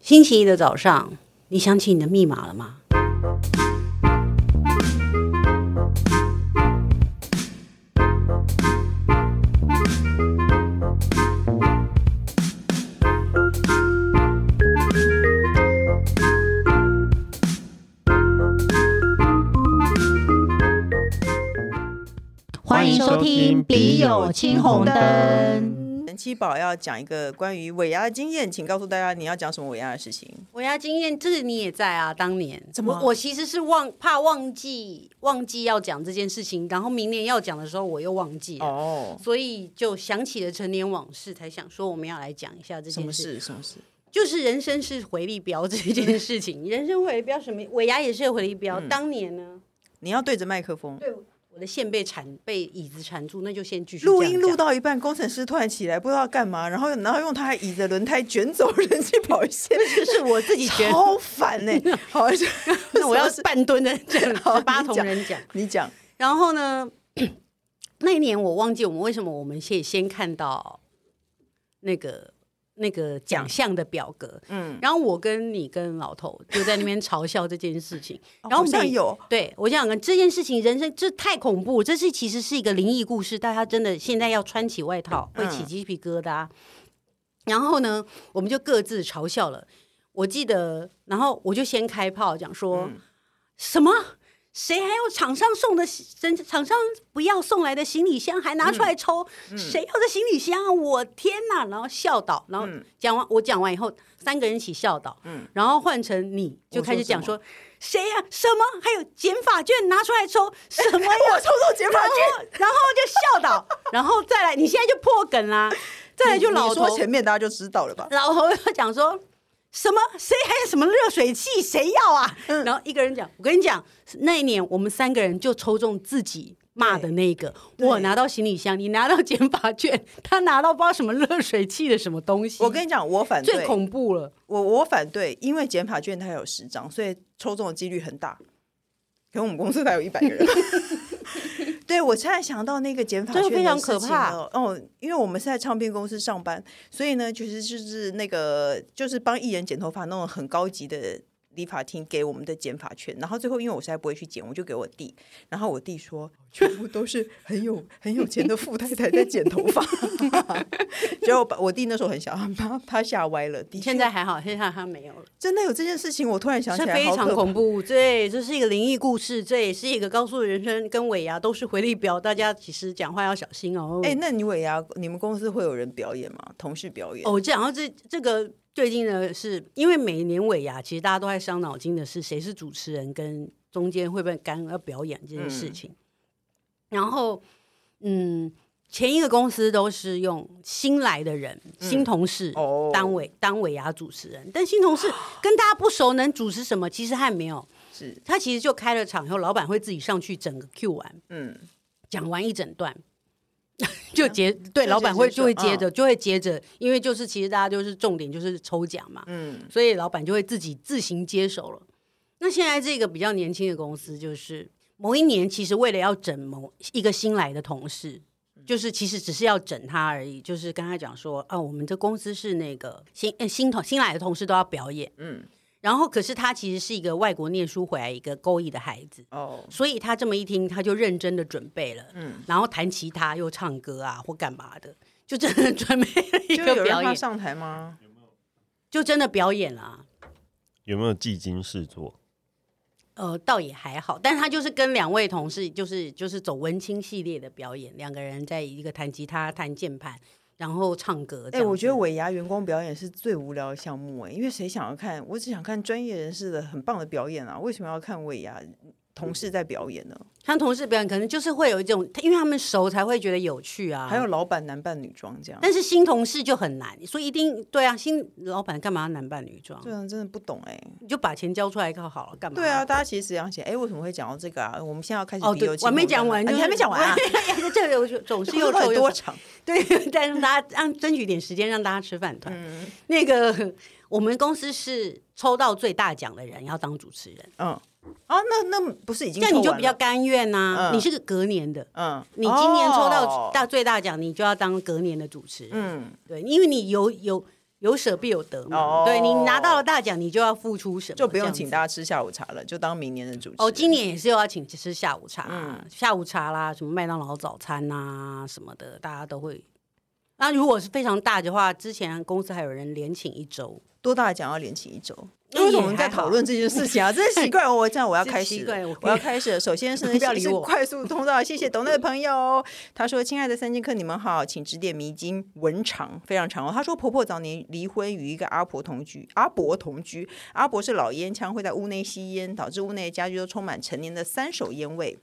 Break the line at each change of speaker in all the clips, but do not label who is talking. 星期一的早上，你想起你的密码了吗？
欢迎收听《笔友青红灯》。
七宝要讲一个关于尾牙的经验，请告诉大家你要讲什么尾牙的事情。
我要经验，这个你也在啊，当年
怎么
我我其实是忘怕忘记忘记要讲这件事情，然后明年要讲的时候我又忘记了，
哦，
所以就想起了陈年往事，才想说我们要来讲一下这
什
件
么
事。
事？什么事？
就是人生是回力镖这件事 情，人生回力镖什么？尾牙也是有回力
嗯
镖。当年呢，
你要对着麦克风。
对我的线被缠被椅子缠住，那就先继续
录
这样
音录
讲
到一半，工程师突然起来，不知道干嘛，然后然后用他椅子的轮胎卷走 人气跑线，
就是我自己觉得，
超烦呢、 好，就
欸那我要
是
半蹲的讲，
好
八
你
同
讲
人讲。
你讲，
然后呢， 那一年我忘记我们为什么我们先先看到那个那个奖项的表格，
嗯，
然后我跟你跟老头就在那边嘲笑这件事情，然后
哦好像
每
有
对我想这件事情，人生这太恐怖，这是其实是一个灵异故事，大家真的现在要穿起外套会起
嗯
鸡皮疙瘩。然后呢，我们就各自嘲笑了。我记得，然后我就先开炮讲说。
嗯
什么？谁还有厂商送的人？厂商不要送来的行李箱还拿出来抽？
嗯
谁要的行李箱啊？我天哪！然后笑倒，然后
嗯
讲完、我讲完以后，三个人一起笑倒，
嗯
然后换成你就
我
开始
说
讲
什
说谁呀、什么？还有减法券拿出来抽什么呀？ 哦
我抽中解
然
法
后
卷，
然后就笑倒，然后再来，你现在就破梗啦，再来就
你
老头
说前面大家就知道了吧？
老头要讲说什么？谁还有什么热水器？谁要啊？
嗯
然后一个人讲，我跟你讲，那一年我们三个人就抽中自己骂的那一个，
对
我拿到行李箱，你拿到减法券，他拿到不知道什么热水器的什么东西，
我跟你讲，我反
最
对，
恐怖了。
我我反对，因为减法券它有十张，所以抽中的几率很大。可能我们公司才有一百个人。 对，我现在想到那个减法券
这个非常可
的事情
怕
了哦，因为我们是在唱片公司上班，所以呢，其实就是那个就是帮艺人剪头发那种很高级的理发厅给我们的剪发券，然后最后因为我实在不会去剪，我就给我弟，然后我弟说全部都是很有很有钱的富太太在剪头发， 结果我把我弟那时候很小，他他吓歪了，的确
现在还好，现在他没有了，
真的有这件事情，我突然想起
这
来，
非
好
常
可怕
恐怖。对，这是一个灵异故事，这也是一个告诉人生跟尾牙都是回力镖，大家其实讲话要小心哦。
哎、那你尾牙，你们公司会有人表演吗？同事表演？
哦，这然后这这个最近呢，是因为每年尾牙，其实大家都在伤脑筋的是谁是主持人，跟中间会不会干要表演这件事
嗯
情。然后，嗯，前一个公司都是用新来的人、新同事、
嗯哦啊
当尾当尾牙啊主持人，但新同事跟大家不熟，能主持什么？其实还没有。
是，
他其实就开了场以后，老板会自己上去整个 Q 完，
嗯，
讲完一整 段，就接对
就
老
接
板会
着
就会
说
接
嗯
着、就会接着，因为就是其实大家就是重点就是抽奖嘛，
嗯，
所以老板就会自己自行接手了。那现在这个比较年轻的公司，就是某一年其实为了要整某一个新来的同事。
嗯
就是其实只是要整他而已，就是跟他讲说啊，我们这公司是那个新呃新同新来的同事都要表演，
嗯，
然后可是他其实是一个外国念书回来一个高一的孩子，
哦，
所以他这么一听，他就认真的准备了，
嗯，
然后弹吉他又唱歌啊，或干嘛的，就真 的准备了一
就有
个
人
表
他
演，
上台吗？
就真的表演了啊。
有没有技惊四座？
呃，倒也还好，但是他就是跟两位同事，就是就是走文青系列的表演，两个人在一个弹吉他、弹键盘，然后唱歌。
哎、
哎，
我觉得尾牙员工表演是最无聊的项目、哎，因为谁想要看？我只想看专业人士的很棒的表演啊，为什么要看尾牙同事在表演呢？
他同事表演可能就是会有一种，因为他们熟才会觉得有趣啊。
还有，老板男扮女装这样，
但是新同事就很难，所以一定对啊，新老板干嘛要男扮女装
对？啊，真的不懂哎、
你就把钱交出来就好了，干嘛？
对啊，大家其实想起，哎、为什么会讲到这个啊？我们现在要开始
哦，
比
对
友，情
我还没
红
讲
灯
完，
啊
就
你
是？
还没讲完啊
这个我就总是 又
到
臭
底
又
多
长
长？
对，但让大家让争取点时间让大家吃饭团。
嗯
那个我们公司是抽到最大奖的人要当主持人，
嗯，啊，那那不是已经
这样你
抽
就
完
比较
了
甘愿呐、
嗯
你是个隔年的，
嗯，
你今年抽到
哦
大最大奖，你就要当隔年的主持人。
嗯，
对，因为你有有有舍必有得嘛。
哦
对你拿到了大奖，你就要付出什么，
就不用
这样子
请大家吃下午茶了，就当明年的主持人。
哦，今年也是又要请吃下午茶、
嗯
下午茶啦，什么麦当劳早餐呐、什么的，大家都会。那如果是非常大的话，之前公司还有人连请一 周，
多大的奖要连请一周？
嗯
为什么我们在讨论这件事情 啊？真是奇怪哦！我这样我要
真
开始
奇怪
了
我，
我要开始了。首先是
不要理我
是快速通道，谢谢懂内的朋友哦。他说：“亲爱的三剑客，你们好，请指点迷津。文长非常长哦。”他说：“婆婆早年离婚，与一个阿婆同居，阿伯同居。阿伯是老烟枪，会在屋内吸烟，导致屋内的家具都充满陈年的三手烟味。”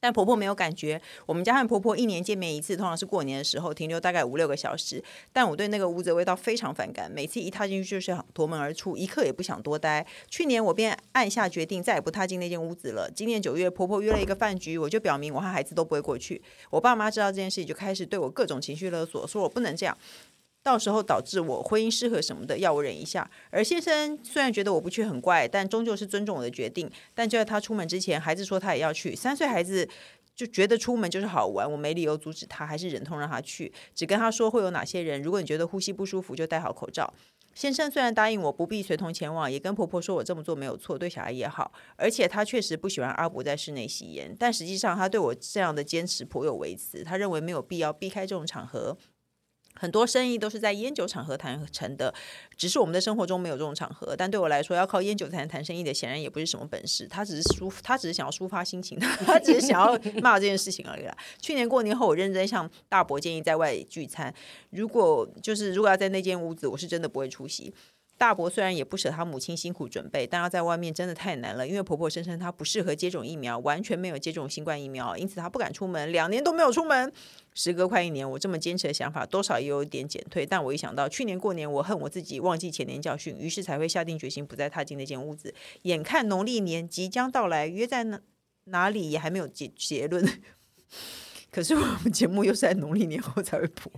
但婆婆没有感觉。我们家和婆婆一年见面一次，通常是过年的时候，停留大概五六个小时。但我对那个屋子的味道非常反感，每次一踏进去就是想夺门而出，一刻也不想多待。去年我便暗下决定，再也不踏进那间屋子了。今年九月，婆婆约了一个饭局，我就表明我和孩子都不会过去。我爸妈知道这件事，就开始对我各种情绪勒索，说我不能这样。到时候导致我婚姻失和什么的，要我忍一下。而先生虽然觉得我不去很怪，但终究是尊重我的决定。但就在他出门之前，孩子说他也要去。三岁孩子就觉得出门就是好玩，我没理由阻止他，还是忍痛让他去，只跟他说会有哪些人。如果你觉得呼吸不舒服，就戴好口罩。先生虽然答应我不必随同前往，也跟婆婆说我这么做没有错，对小孩也好，而且他确实不喜欢阿伯在室内吸烟，但实际上他对我这样的坚持颇有微词，他认为没有必要避开这种场合。很多生意都是在烟酒场合谈成的，只是我们的生活中没有这种场合。但对我来说，要靠烟酒才能谈生意的，显然也不是什么本事。他只是抒，他只是想要抒发心情，他只是想要骂这件事情而已啦。去年过年后，我认真向大伯建议在外聚餐，如果就是如果要在那间屋子，我是真的不会出席。大伯虽然也不舍他母亲辛苦准备，但要在外面真的太难了，因为婆婆声称她不适合接种疫苗，完全没有接种新冠疫苗，因此她不敢出门，两年都没有出门。时隔快一年，我这么坚持的想法多少也有点减退，但我一想到去年过年，我恨我自己忘记前年教训，于是才会下定决心不再踏进那间屋子。眼看农历年即将到来，约在哪哪里也还没有结结论。 可是我们节目又是在农历年后才会播，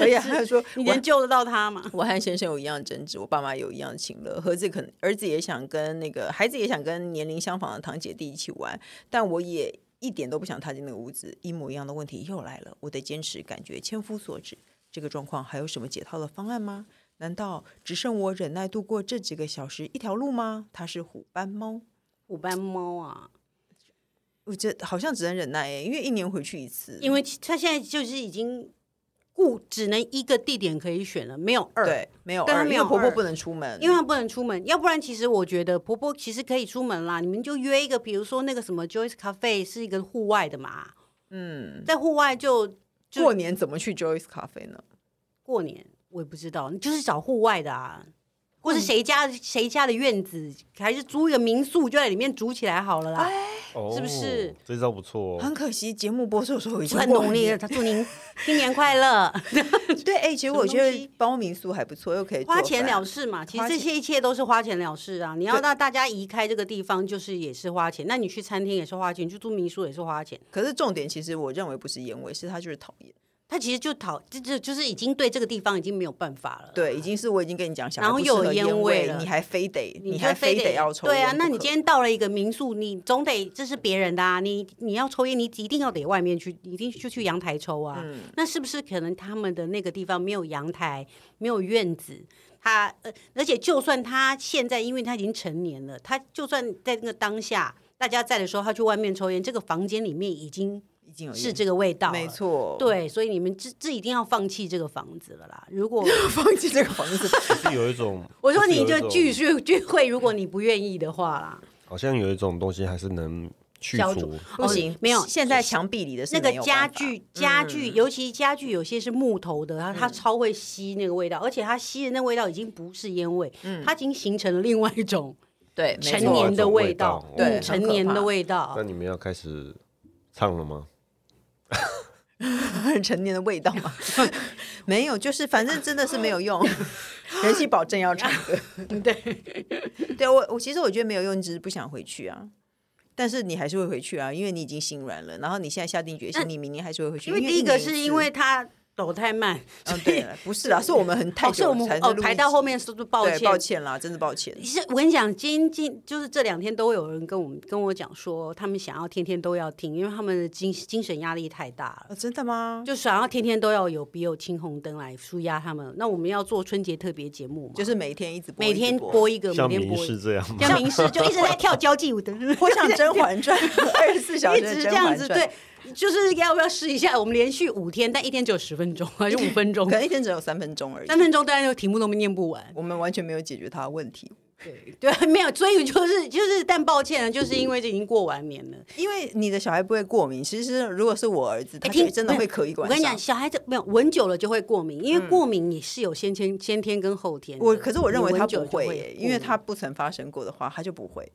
而且还有说
你
我
能救得到他吗？
我和先生有一样的争执，我爸妈有一样的情乐，儿子可能儿子也想跟那个孩子也想跟年龄相仿的堂姐弟一起玩，但我也一点都不想踏进那个屋子，一模一样的问题又来了，我的坚持感觉千夫所指。这个状况还有什么解套的方案吗？难道只剩我忍耐度过这几个小时一条路吗？它是虎斑猫，
虎斑猫啊，
我这好像只能忍耐、欸，因为一年回去一次，
因为他现在就是已经固只能一个地点可以选了，没有二。
对没有
但
二，
它没
因
有
为婆婆
二
不能出门，
因为她不能出门，要不然其实我觉得婆婆其实可以出门啦。你们就约一个，比如说那个什么 Joyce Cafe 是一个户外的嘛，
嗯，
在户外就就
过年怎么去 Joyce 咖啡呢？
过年，我也不知道，你就是找户外的啊，或是谁家谁家的院子，还是租一个民宿就在里面煮起来好了啦。
哦
是不是？啊
这招不错
很
哦。
可惜，节目播出的时候已经
很
过
努力
年
的，他祝您 新年快乐，
对，哎、其实
么
我觉
东
得
西
包民宿还不错，又可以
花
做
钱
饭
了事嘛。其
花
实这
钱
些一切都是花钱了事啊。你要
对
让大家移开这个地方，就是也是花钱。那你去餐厅也是花钱，你去住民宿也是花钱。
可是重点其实我认为不是烟味，是他就是讨厌。
他其实就讨，这这就是已经对这个地方已经没有办法了。
对，已经是我已经跟你讲，小孩
然后
不
又
适
有
合
烟
烟
味
味，
了
你还非得，
你
还
就
非
非
得要抽烟不可。
对啊，那你今天到了一个民宿，你总得这是别人的啊，你你要抽烟，你一定要得外面去，你一定就去阳台抽啊。
嗯
那是不是可能他们的那个地方没有阳台，没有院子？他呃，而且就算他现在，因为他已经成年了，他就算在那个当下大家在的时候，他去外面抽烟，这个房间里面已经
已经有
是
烟
这个味道了
没。错，，
对，所以你们这这一定要放弃这个房子了啦！如 果
放弃这个房 子，
就是有一种，
我说你
是有一
就
种
继，续聚会，如果你不愿意的话啦，
好像有一种东西还是能去
消
除
除。
不行，
没有
哦现在墙壁里的是
那个
没有
家
办法嗯
具，家具，尤其家具有些是木头的，它它超会吸那个味道，而且它吸的那味道已经不是烟味，它已经形成了另外一种
对，嗯没
成
错
年的味
错
嗯
对
成年的味道
那。你们要开始唱了吗？
成年的味道嘛， 没有，就是反正真的是没有用。人气保证要唱 歌， 对，对我我其实我觉得没有用，你只是不想回去啊。但是你还是会回去啊，因为你已经心软了。然后你现在下定决心，你明年还是会回去。
因为
因
第一个
年
是
次
因为它抖太慢，所
嗯，
以
对 了，不是啦，是我们很太
哦，是
久
我们
才
哦
录
排
一
到
集
后面，是不是抱
对
歉？
抱歉啦，真的抱 歉。
其实我跟你讲，今今就是这两天都有人跟我们跟我讲说，他们想要天天都要听，因为他们的精精神压力太大了。
哦，真的吗？
就想要天天都要有笔友青红灯来舒压他们。那我们要做春节特别节目嘛，
就是每天一直播，
每
一直
天
播，
播一个，每
像
天
民
播一
视
个，
这 样吗？
像明示就一直在跳交际舞的，
或像《甄嬛传》 二十四小
一
时的
直
《
这
甄
样
嬛
子，
传》，
对，就是要不要试一下？我们连续五天，但一天只有十分钟，还是五分钟
可？能一天只有三分钟而已
三。分钟，当然就题目都没念不完。
我们完全没有解决他的问题，
对对，没有，所以就是就是，但抱歉了，就是因为这已经过完年了。
因为你的小孩不会过敏。其实如果是我儿子，他
哎
就
听
真的
没有
会咳一
我
晚
跟你
上嗯
讲，。小孩子没有闻久了就会过敏，因为过敏也是有先天先天跟后天的。
我可是我认
你
为
闻
他
久
不
了就会
会耶，因为
过
他
敏
不曾发生过的话，他就不会。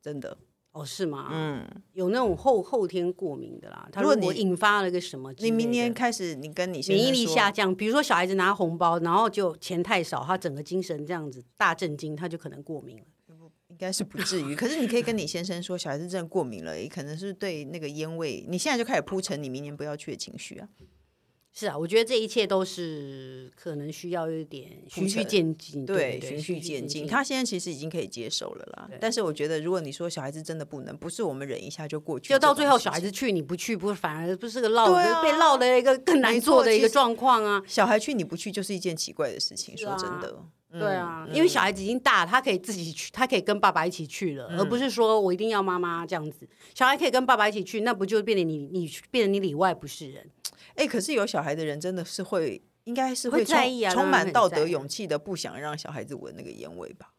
真的，
哦是吗？
嗯，
有那种后后天过敏的啦。他
如
如
果
果
你
引发了个什么之类
你
的，
明年开始，你跟你先
免疫
生
力
说
下降，比如说小孩子拿红包，然后就钱太少，他整个精神这样子大震惊，他就可能过敏了。
应该是不至于。可是你可以跟你先生说，小孩子真的过敏了，也可能是对那个烟味。你现在就开始铺陈你明年不要去的情绪啊。
是啊，我觉得这一切都是可能需要一点循序
陈
渐进，对，
对，
对
循序渐进。
他
他现在其实已经可以接受了啦。但是我觉得，如果你说小孩子真的不能，不是我们忍一下就过去，
就到最后，小孩
子
子去你不去，不反而不是个落、
对啊
被落的一个更难
没错
做的一
其
个
实
状况啊。
小孩去你不去就是一件奇怪的事情。说
啊
真的，嗯
对啊，因为小孩子已经大，他可以自己去，他可以跟爸爸一起去了，而不
嗯
是说我一定要妈妈这样子。小孩可以跟爸爸一起去，那不就变得你你变得你里外不是人？
哎、可是有小孩的人真的是会，应该是
会
充
在意啊
充
当然
满
很
道
在
德
意
勇气的，不想让小孩子闻那个烟味吧？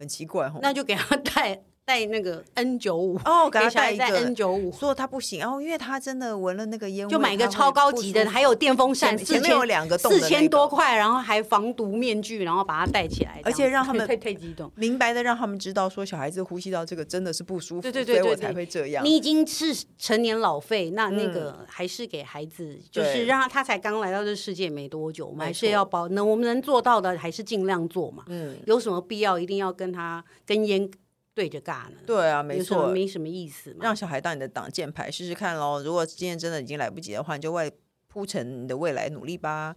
很奇怪吼。
那就给他带带那个 N 九五
哦，给
给
他
小
带
孩
一
带 N
个，
九五，
说他不行哦，因为他真的闻了那个烟味，
就买一个
他会
超高
不
级
舒
的，
服
还有电风扇，
前
四
前面有
千
两个洞的
四
那
千多
个。
块，然后还防毒面具，然后把它戴起来，
而且
这样子
让他 们
太太激动。
明白的让他们知道，说小孩子呼吸道这个真的是不舒服，
对对对
所以我
对
才
对
会这样。嗯
你已经是成年老废，那那个还是给孩子，就
对
是让他他才刚来到这世界没多久，我们还
没
是
错
要保能我们能做到的还是尽量做嘛。
嗯，
有什么必要一定要跟他跟烟对着尬呢？
对啊，
有
没
什么
错，
没什么意思嘛。
让小孩当你的挡箭牌试试看喽。如果今天真的已经来不及的话，你就为铺成你的未来努力吧。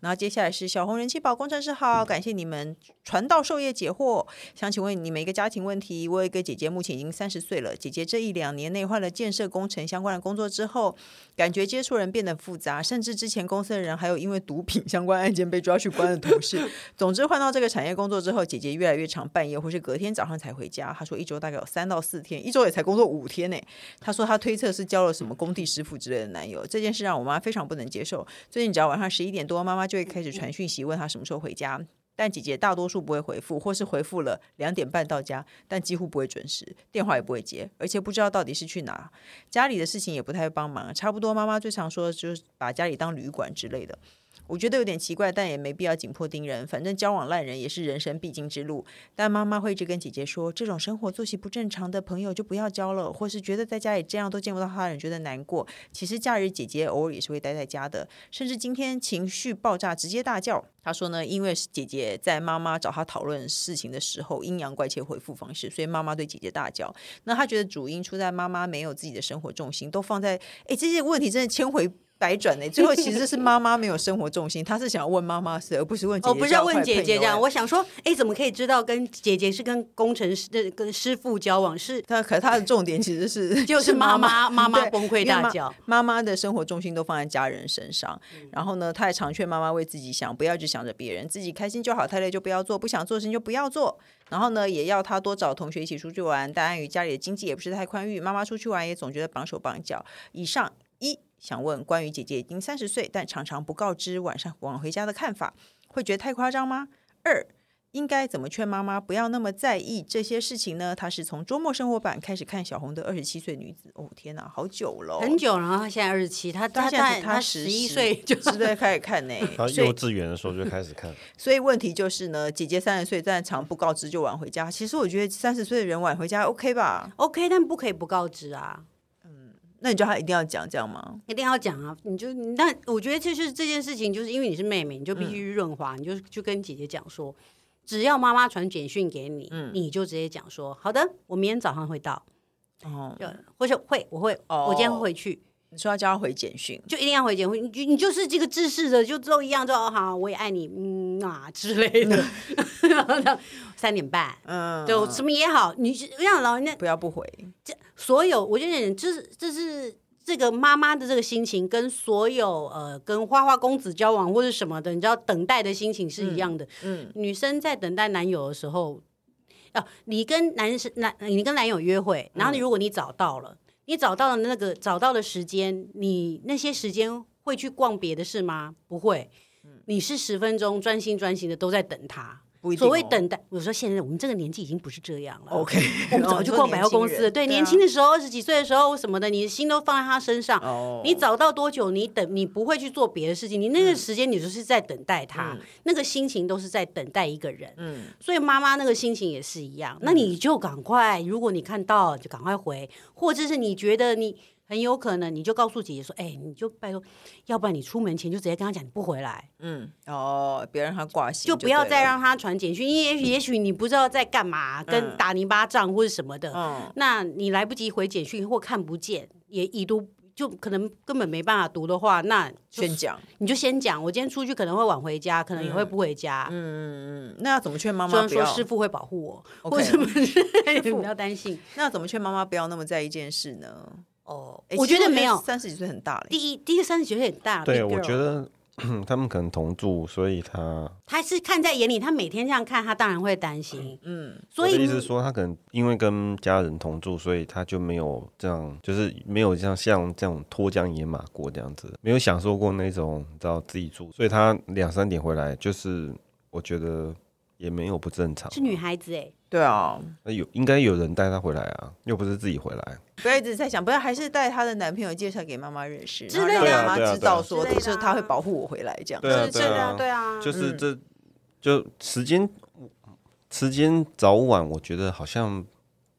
然后接下来是小红人气宝工程师好，感谢你们传道授业解惑。想请问你们一个家庭问题，我有一个姐姐目前已经三十岁了，姐姐这一两年内换了建设工程相关的工作之后，感觉接触人变得复杂，甚至之前公司的人还有因为毒品相关案件被抓去关的同事。总之，换到这个产业工作之后，姐姐越来越常半夜或是隔天早上才回家。她说一周大概有三到四天，一周也才工作五天呢。她说她推测是交了什么工地师傅之类的男友。这件事让我妈非常不能接受。最近只要晚上十一点多，妈妈就会开始传讯息问她什么时候回家。但姐姐大多数不会回复，或是回复了两点半到家，但几乎不会准时，电话也不会接，而且不知道到底是去哪，家里的事情也不太帮忙，差不多妈妈最常说的就是把家里当旅馆之类的。我觉得有点奇怪，但也没必要紧迫盯人。反正交往烂人也是人生必经之路。但妈妈会一直跟姐姐说，这种生活作息不正常的朋友就不要交了，或是觉得在家里这样都见不到他人，觉得难过。其实假日姐姐偶尔也是会待在家的，甚至今天情绪爆炸，直接大叫。她说呢，因为是姐姐在妈妈找她讨论事情的时候阴阳怪气的回复方式，所以妈妈对姐姐大叫。那她觉得主因出在妈妈没有自己的生活重心，都放在哎这些问题真的千回。百转呢、最后其实是妈妈没有生活重心，她是想要问妈妈是，而不是问姐姐。
哦，不是要问姐姐这样，
我。
我想说，哎，怎么可以知道跟姐姐是跟工程师、呃跟师傅交往是？
他可他的重点其实是
就是妈 妈妈妈
对
崩溃
因为
大
妈
叫
妈妈的生活重心都放在家人身上。然后呢，他也常劝妈妈为自己想，不要只想着别人，自己开心就好，太累就不要做，不想做的事情就不要做。然后呢，也要他多找同学一起出去玩。但碍于家里的经济也不是太宽裕，妈妈出去玩也总觉得绑手绑脚。以上一想问关于姐姐已经三十岁，但常常不告知晚上晚回家的看法，会觉得太夸张吗？二应该怎么劝妈妈不要那么在意这些事情呢？她是从周末生活版开始看小红的二十七岁女子，哦天哪，好久了哦，
很久，然后他现在二十七，他
她
他
现
他
在她
他
十
十一岁就
就对开始看呢、
他
所以
啊幼稚园的时候就开始 看，
所以问题就是呢，姐姐三十岁，但常不告知就晚回家。其实我觉得三十岁的人晚回家 OK 吧？
OK，但不可以不告知啊。
那你觉得她一定要讲这样吗？
一定要讲啊！你就你那，我觉得就是这件事情，就是因为你是妹妹，你就必须润滑，你就就跟姐姐讲说，只要妈妈传简讯给你，你就直接讲说，好的，我明天早上会到，
哦，
就或者会我会、
哦
我今天会回去，
你说要叫他回简讯，
就一定要回结婚，你就你就是这个制式的，就都一样，就哦好，我也爱你，嗯啊之类的。 然后呢，三点半，
嗯，
就什么也好，你是让老人家
不要不回，
所有，我觉得这是这是这个妈妈的这个心情，跟所有呃跟花花公子交往或者什么的，你知道等待的心情是一样的。
嗯，
女生在等待男友的时候，哦、你跟男生男你跟男友约会，然后你如果你找到了，你找到了那个找到的时间，你那些时间会去逛别的事吗？不会，你是十分钟专心专心的都在等他。
不一定、哦
所谓。等待，我说现在我们这个年纪已经不是这样了。
OK，
我们早就逛百货公司了。对，年轻
的
的时候，二十几岁的时候什么的，你的心都放在他身上。
哦，
你找到多久，你等，你不会去做别的事情，你那
嗯
个时间你就是在等待他，那个心情都是在等待一个人。
嗯
所以妈妈那个心情也是一样，那你就赶快，如果你看到就赶快回，或者是你觉得你很有可能，你就告诉姐姐说，哎、你就拜托，要不然你出门前就直接跟他讲你不回来，
嗯，哦，别让他挂心，
就不要
对
再
了
让他传简讯，因为也许也许你不知道在干嘛，跟
嗯
打你巴掌或者什么的，
嗯
那你来不及回简讯或看不见，也已读就可能根本没办法读的话，那就
宣讲。
你就先讲，我今天出去可能会晚回家，可能也会不回家。
嗯嗯，那要怎么劝妈
虽
妈
然
不
说
要？
师傅会保护我，
OK
或什么之类的，不要担心。
那要怎么劝妈妈不要那么在意这件事呢？
哦
诶
我
其
觉
实
得没有。
三十几岁很大了。
第一，第一个三十九岁很大，
对，
啊 big
我
girl
觉得嗯他们可能同住，所以他
他是看在眼里，他每天这样看，他当然会担心。
嗯，
所以
我的意思是
你
说，他可能因为跟家人同住，所以他就没有这样，就是没有像像这种脱缰野马过这样子，没有享受过那种你知道自己住，所以他两三点回来，就是我觉得也没有不正常。
是女孩子哎、
对啊，
那有应该有人带他回来啊，又不是自己回来。
不要一直在想，不要还是带她的男朋友介绍给妈妈认识，
之
然后
类的
让
啊
妈
对啊对
妈
啊
知道说，
之类的啊
就是她会保护我回来这样。
对啊
是真的对啊，
就是
嗯
这、就时间时间早晚，我觉得好像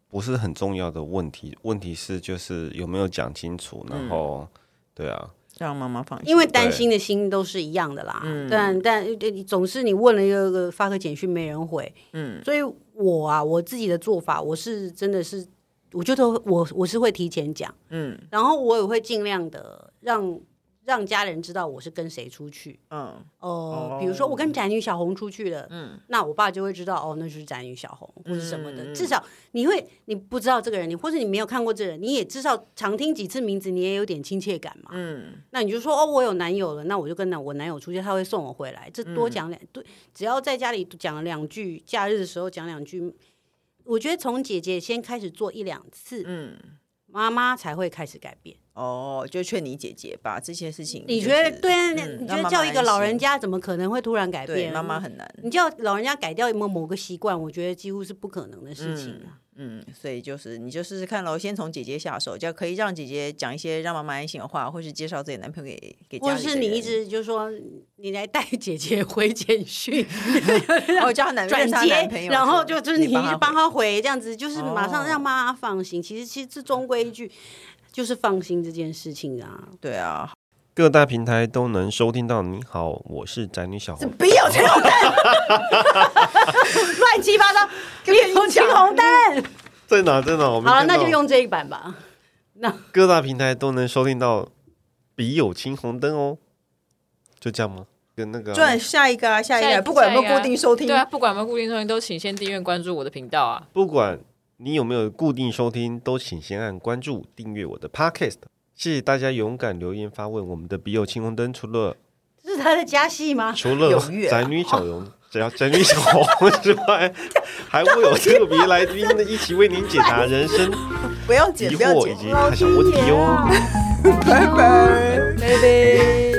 不是很重要的问题，问题是就是有没有讲清楚，
嗯
然后、对啊，
让妈妈放心。
因为担心的心都是一样的啦，但但呃总是你问了一个发个简讯没人回，嗯，所以我啊我自己的做法，我是真的是，我觉得我我是会提前讲，
嗯
然后我也会尽量的让让家人知道我是跟谁出去，
嗯，
哦、比如说我跟宅女小红出去了，嗯，那我爸就会知道哦，那就是宅女小红或者什么的。
嗯嗯
至少你会，你不知道这个人，你或者你没有看过这人，你也至少常听几次名字，你也有点亲切感嘛。嗯，那你就说哦，我有男友了，那我就跟男我男友出去，他会送我回来。这
嗯
多讲两、对，只要在家里讲了两句，假日的时候讲两句，我觉得从姐姐先开始做一两次，嗯，妈妈才会开始改变。
哦，就劝你姐姐把这些事情就是，
你觉得对啊？
嗯
你觉
让
得
妈妈
叫一个
安
老
心
人家怎么可能会突然改
对
变？
妈妈很难。
你叫老人家改掉某某个习惯，我觉得几乎是不可能的事情啊。
嗯，所以就是你就试试看喽，先从姐姐下手，就可以让姐姐讲一些让妈妈安心的话，或是介绍自己男朋友给给
或
家
者
里的
是你
人
一 直就说你来带姐姐回简 讯
然哦后叫她男
转
认识她男朋
接，
友
然后
说
就就是
你
你
帮她
帮
回
她回，这样子就是马上
哦
让妈妈放心。其实其实这终归一句就是放心这件事情啊。
对啊，
各大平台都能收听到。你好，我是宅女小红。
不要这样，
乱七 八糟，有青红灯。
在哪？在哪？我没
好了，
看
那
到
就用这一版吧。
各大平台都能收听到。笔友青红灯哦，就这样吗？跟那个啊、
转下一个啊，下一
下一
个，
个
不管
下
有没有
一个
固定收听
对，啊，不管有没有固定收听，都请先订阅关注我的频道啊。
不管你有没有固定收听，都请先按关注、订阅我的 Podcast。谢谢大家勇敢留言发问。我们的笔友青红灯除了
这是他的加戏 吗？
除了
踊跃啊
宅女小荣，只要宅女小红之外， 还会有特别来宾一起为您解答人生
不要
疑
剪，不要
惑以
剪，
哦及探索问题哦。
拜拜。
拜拜。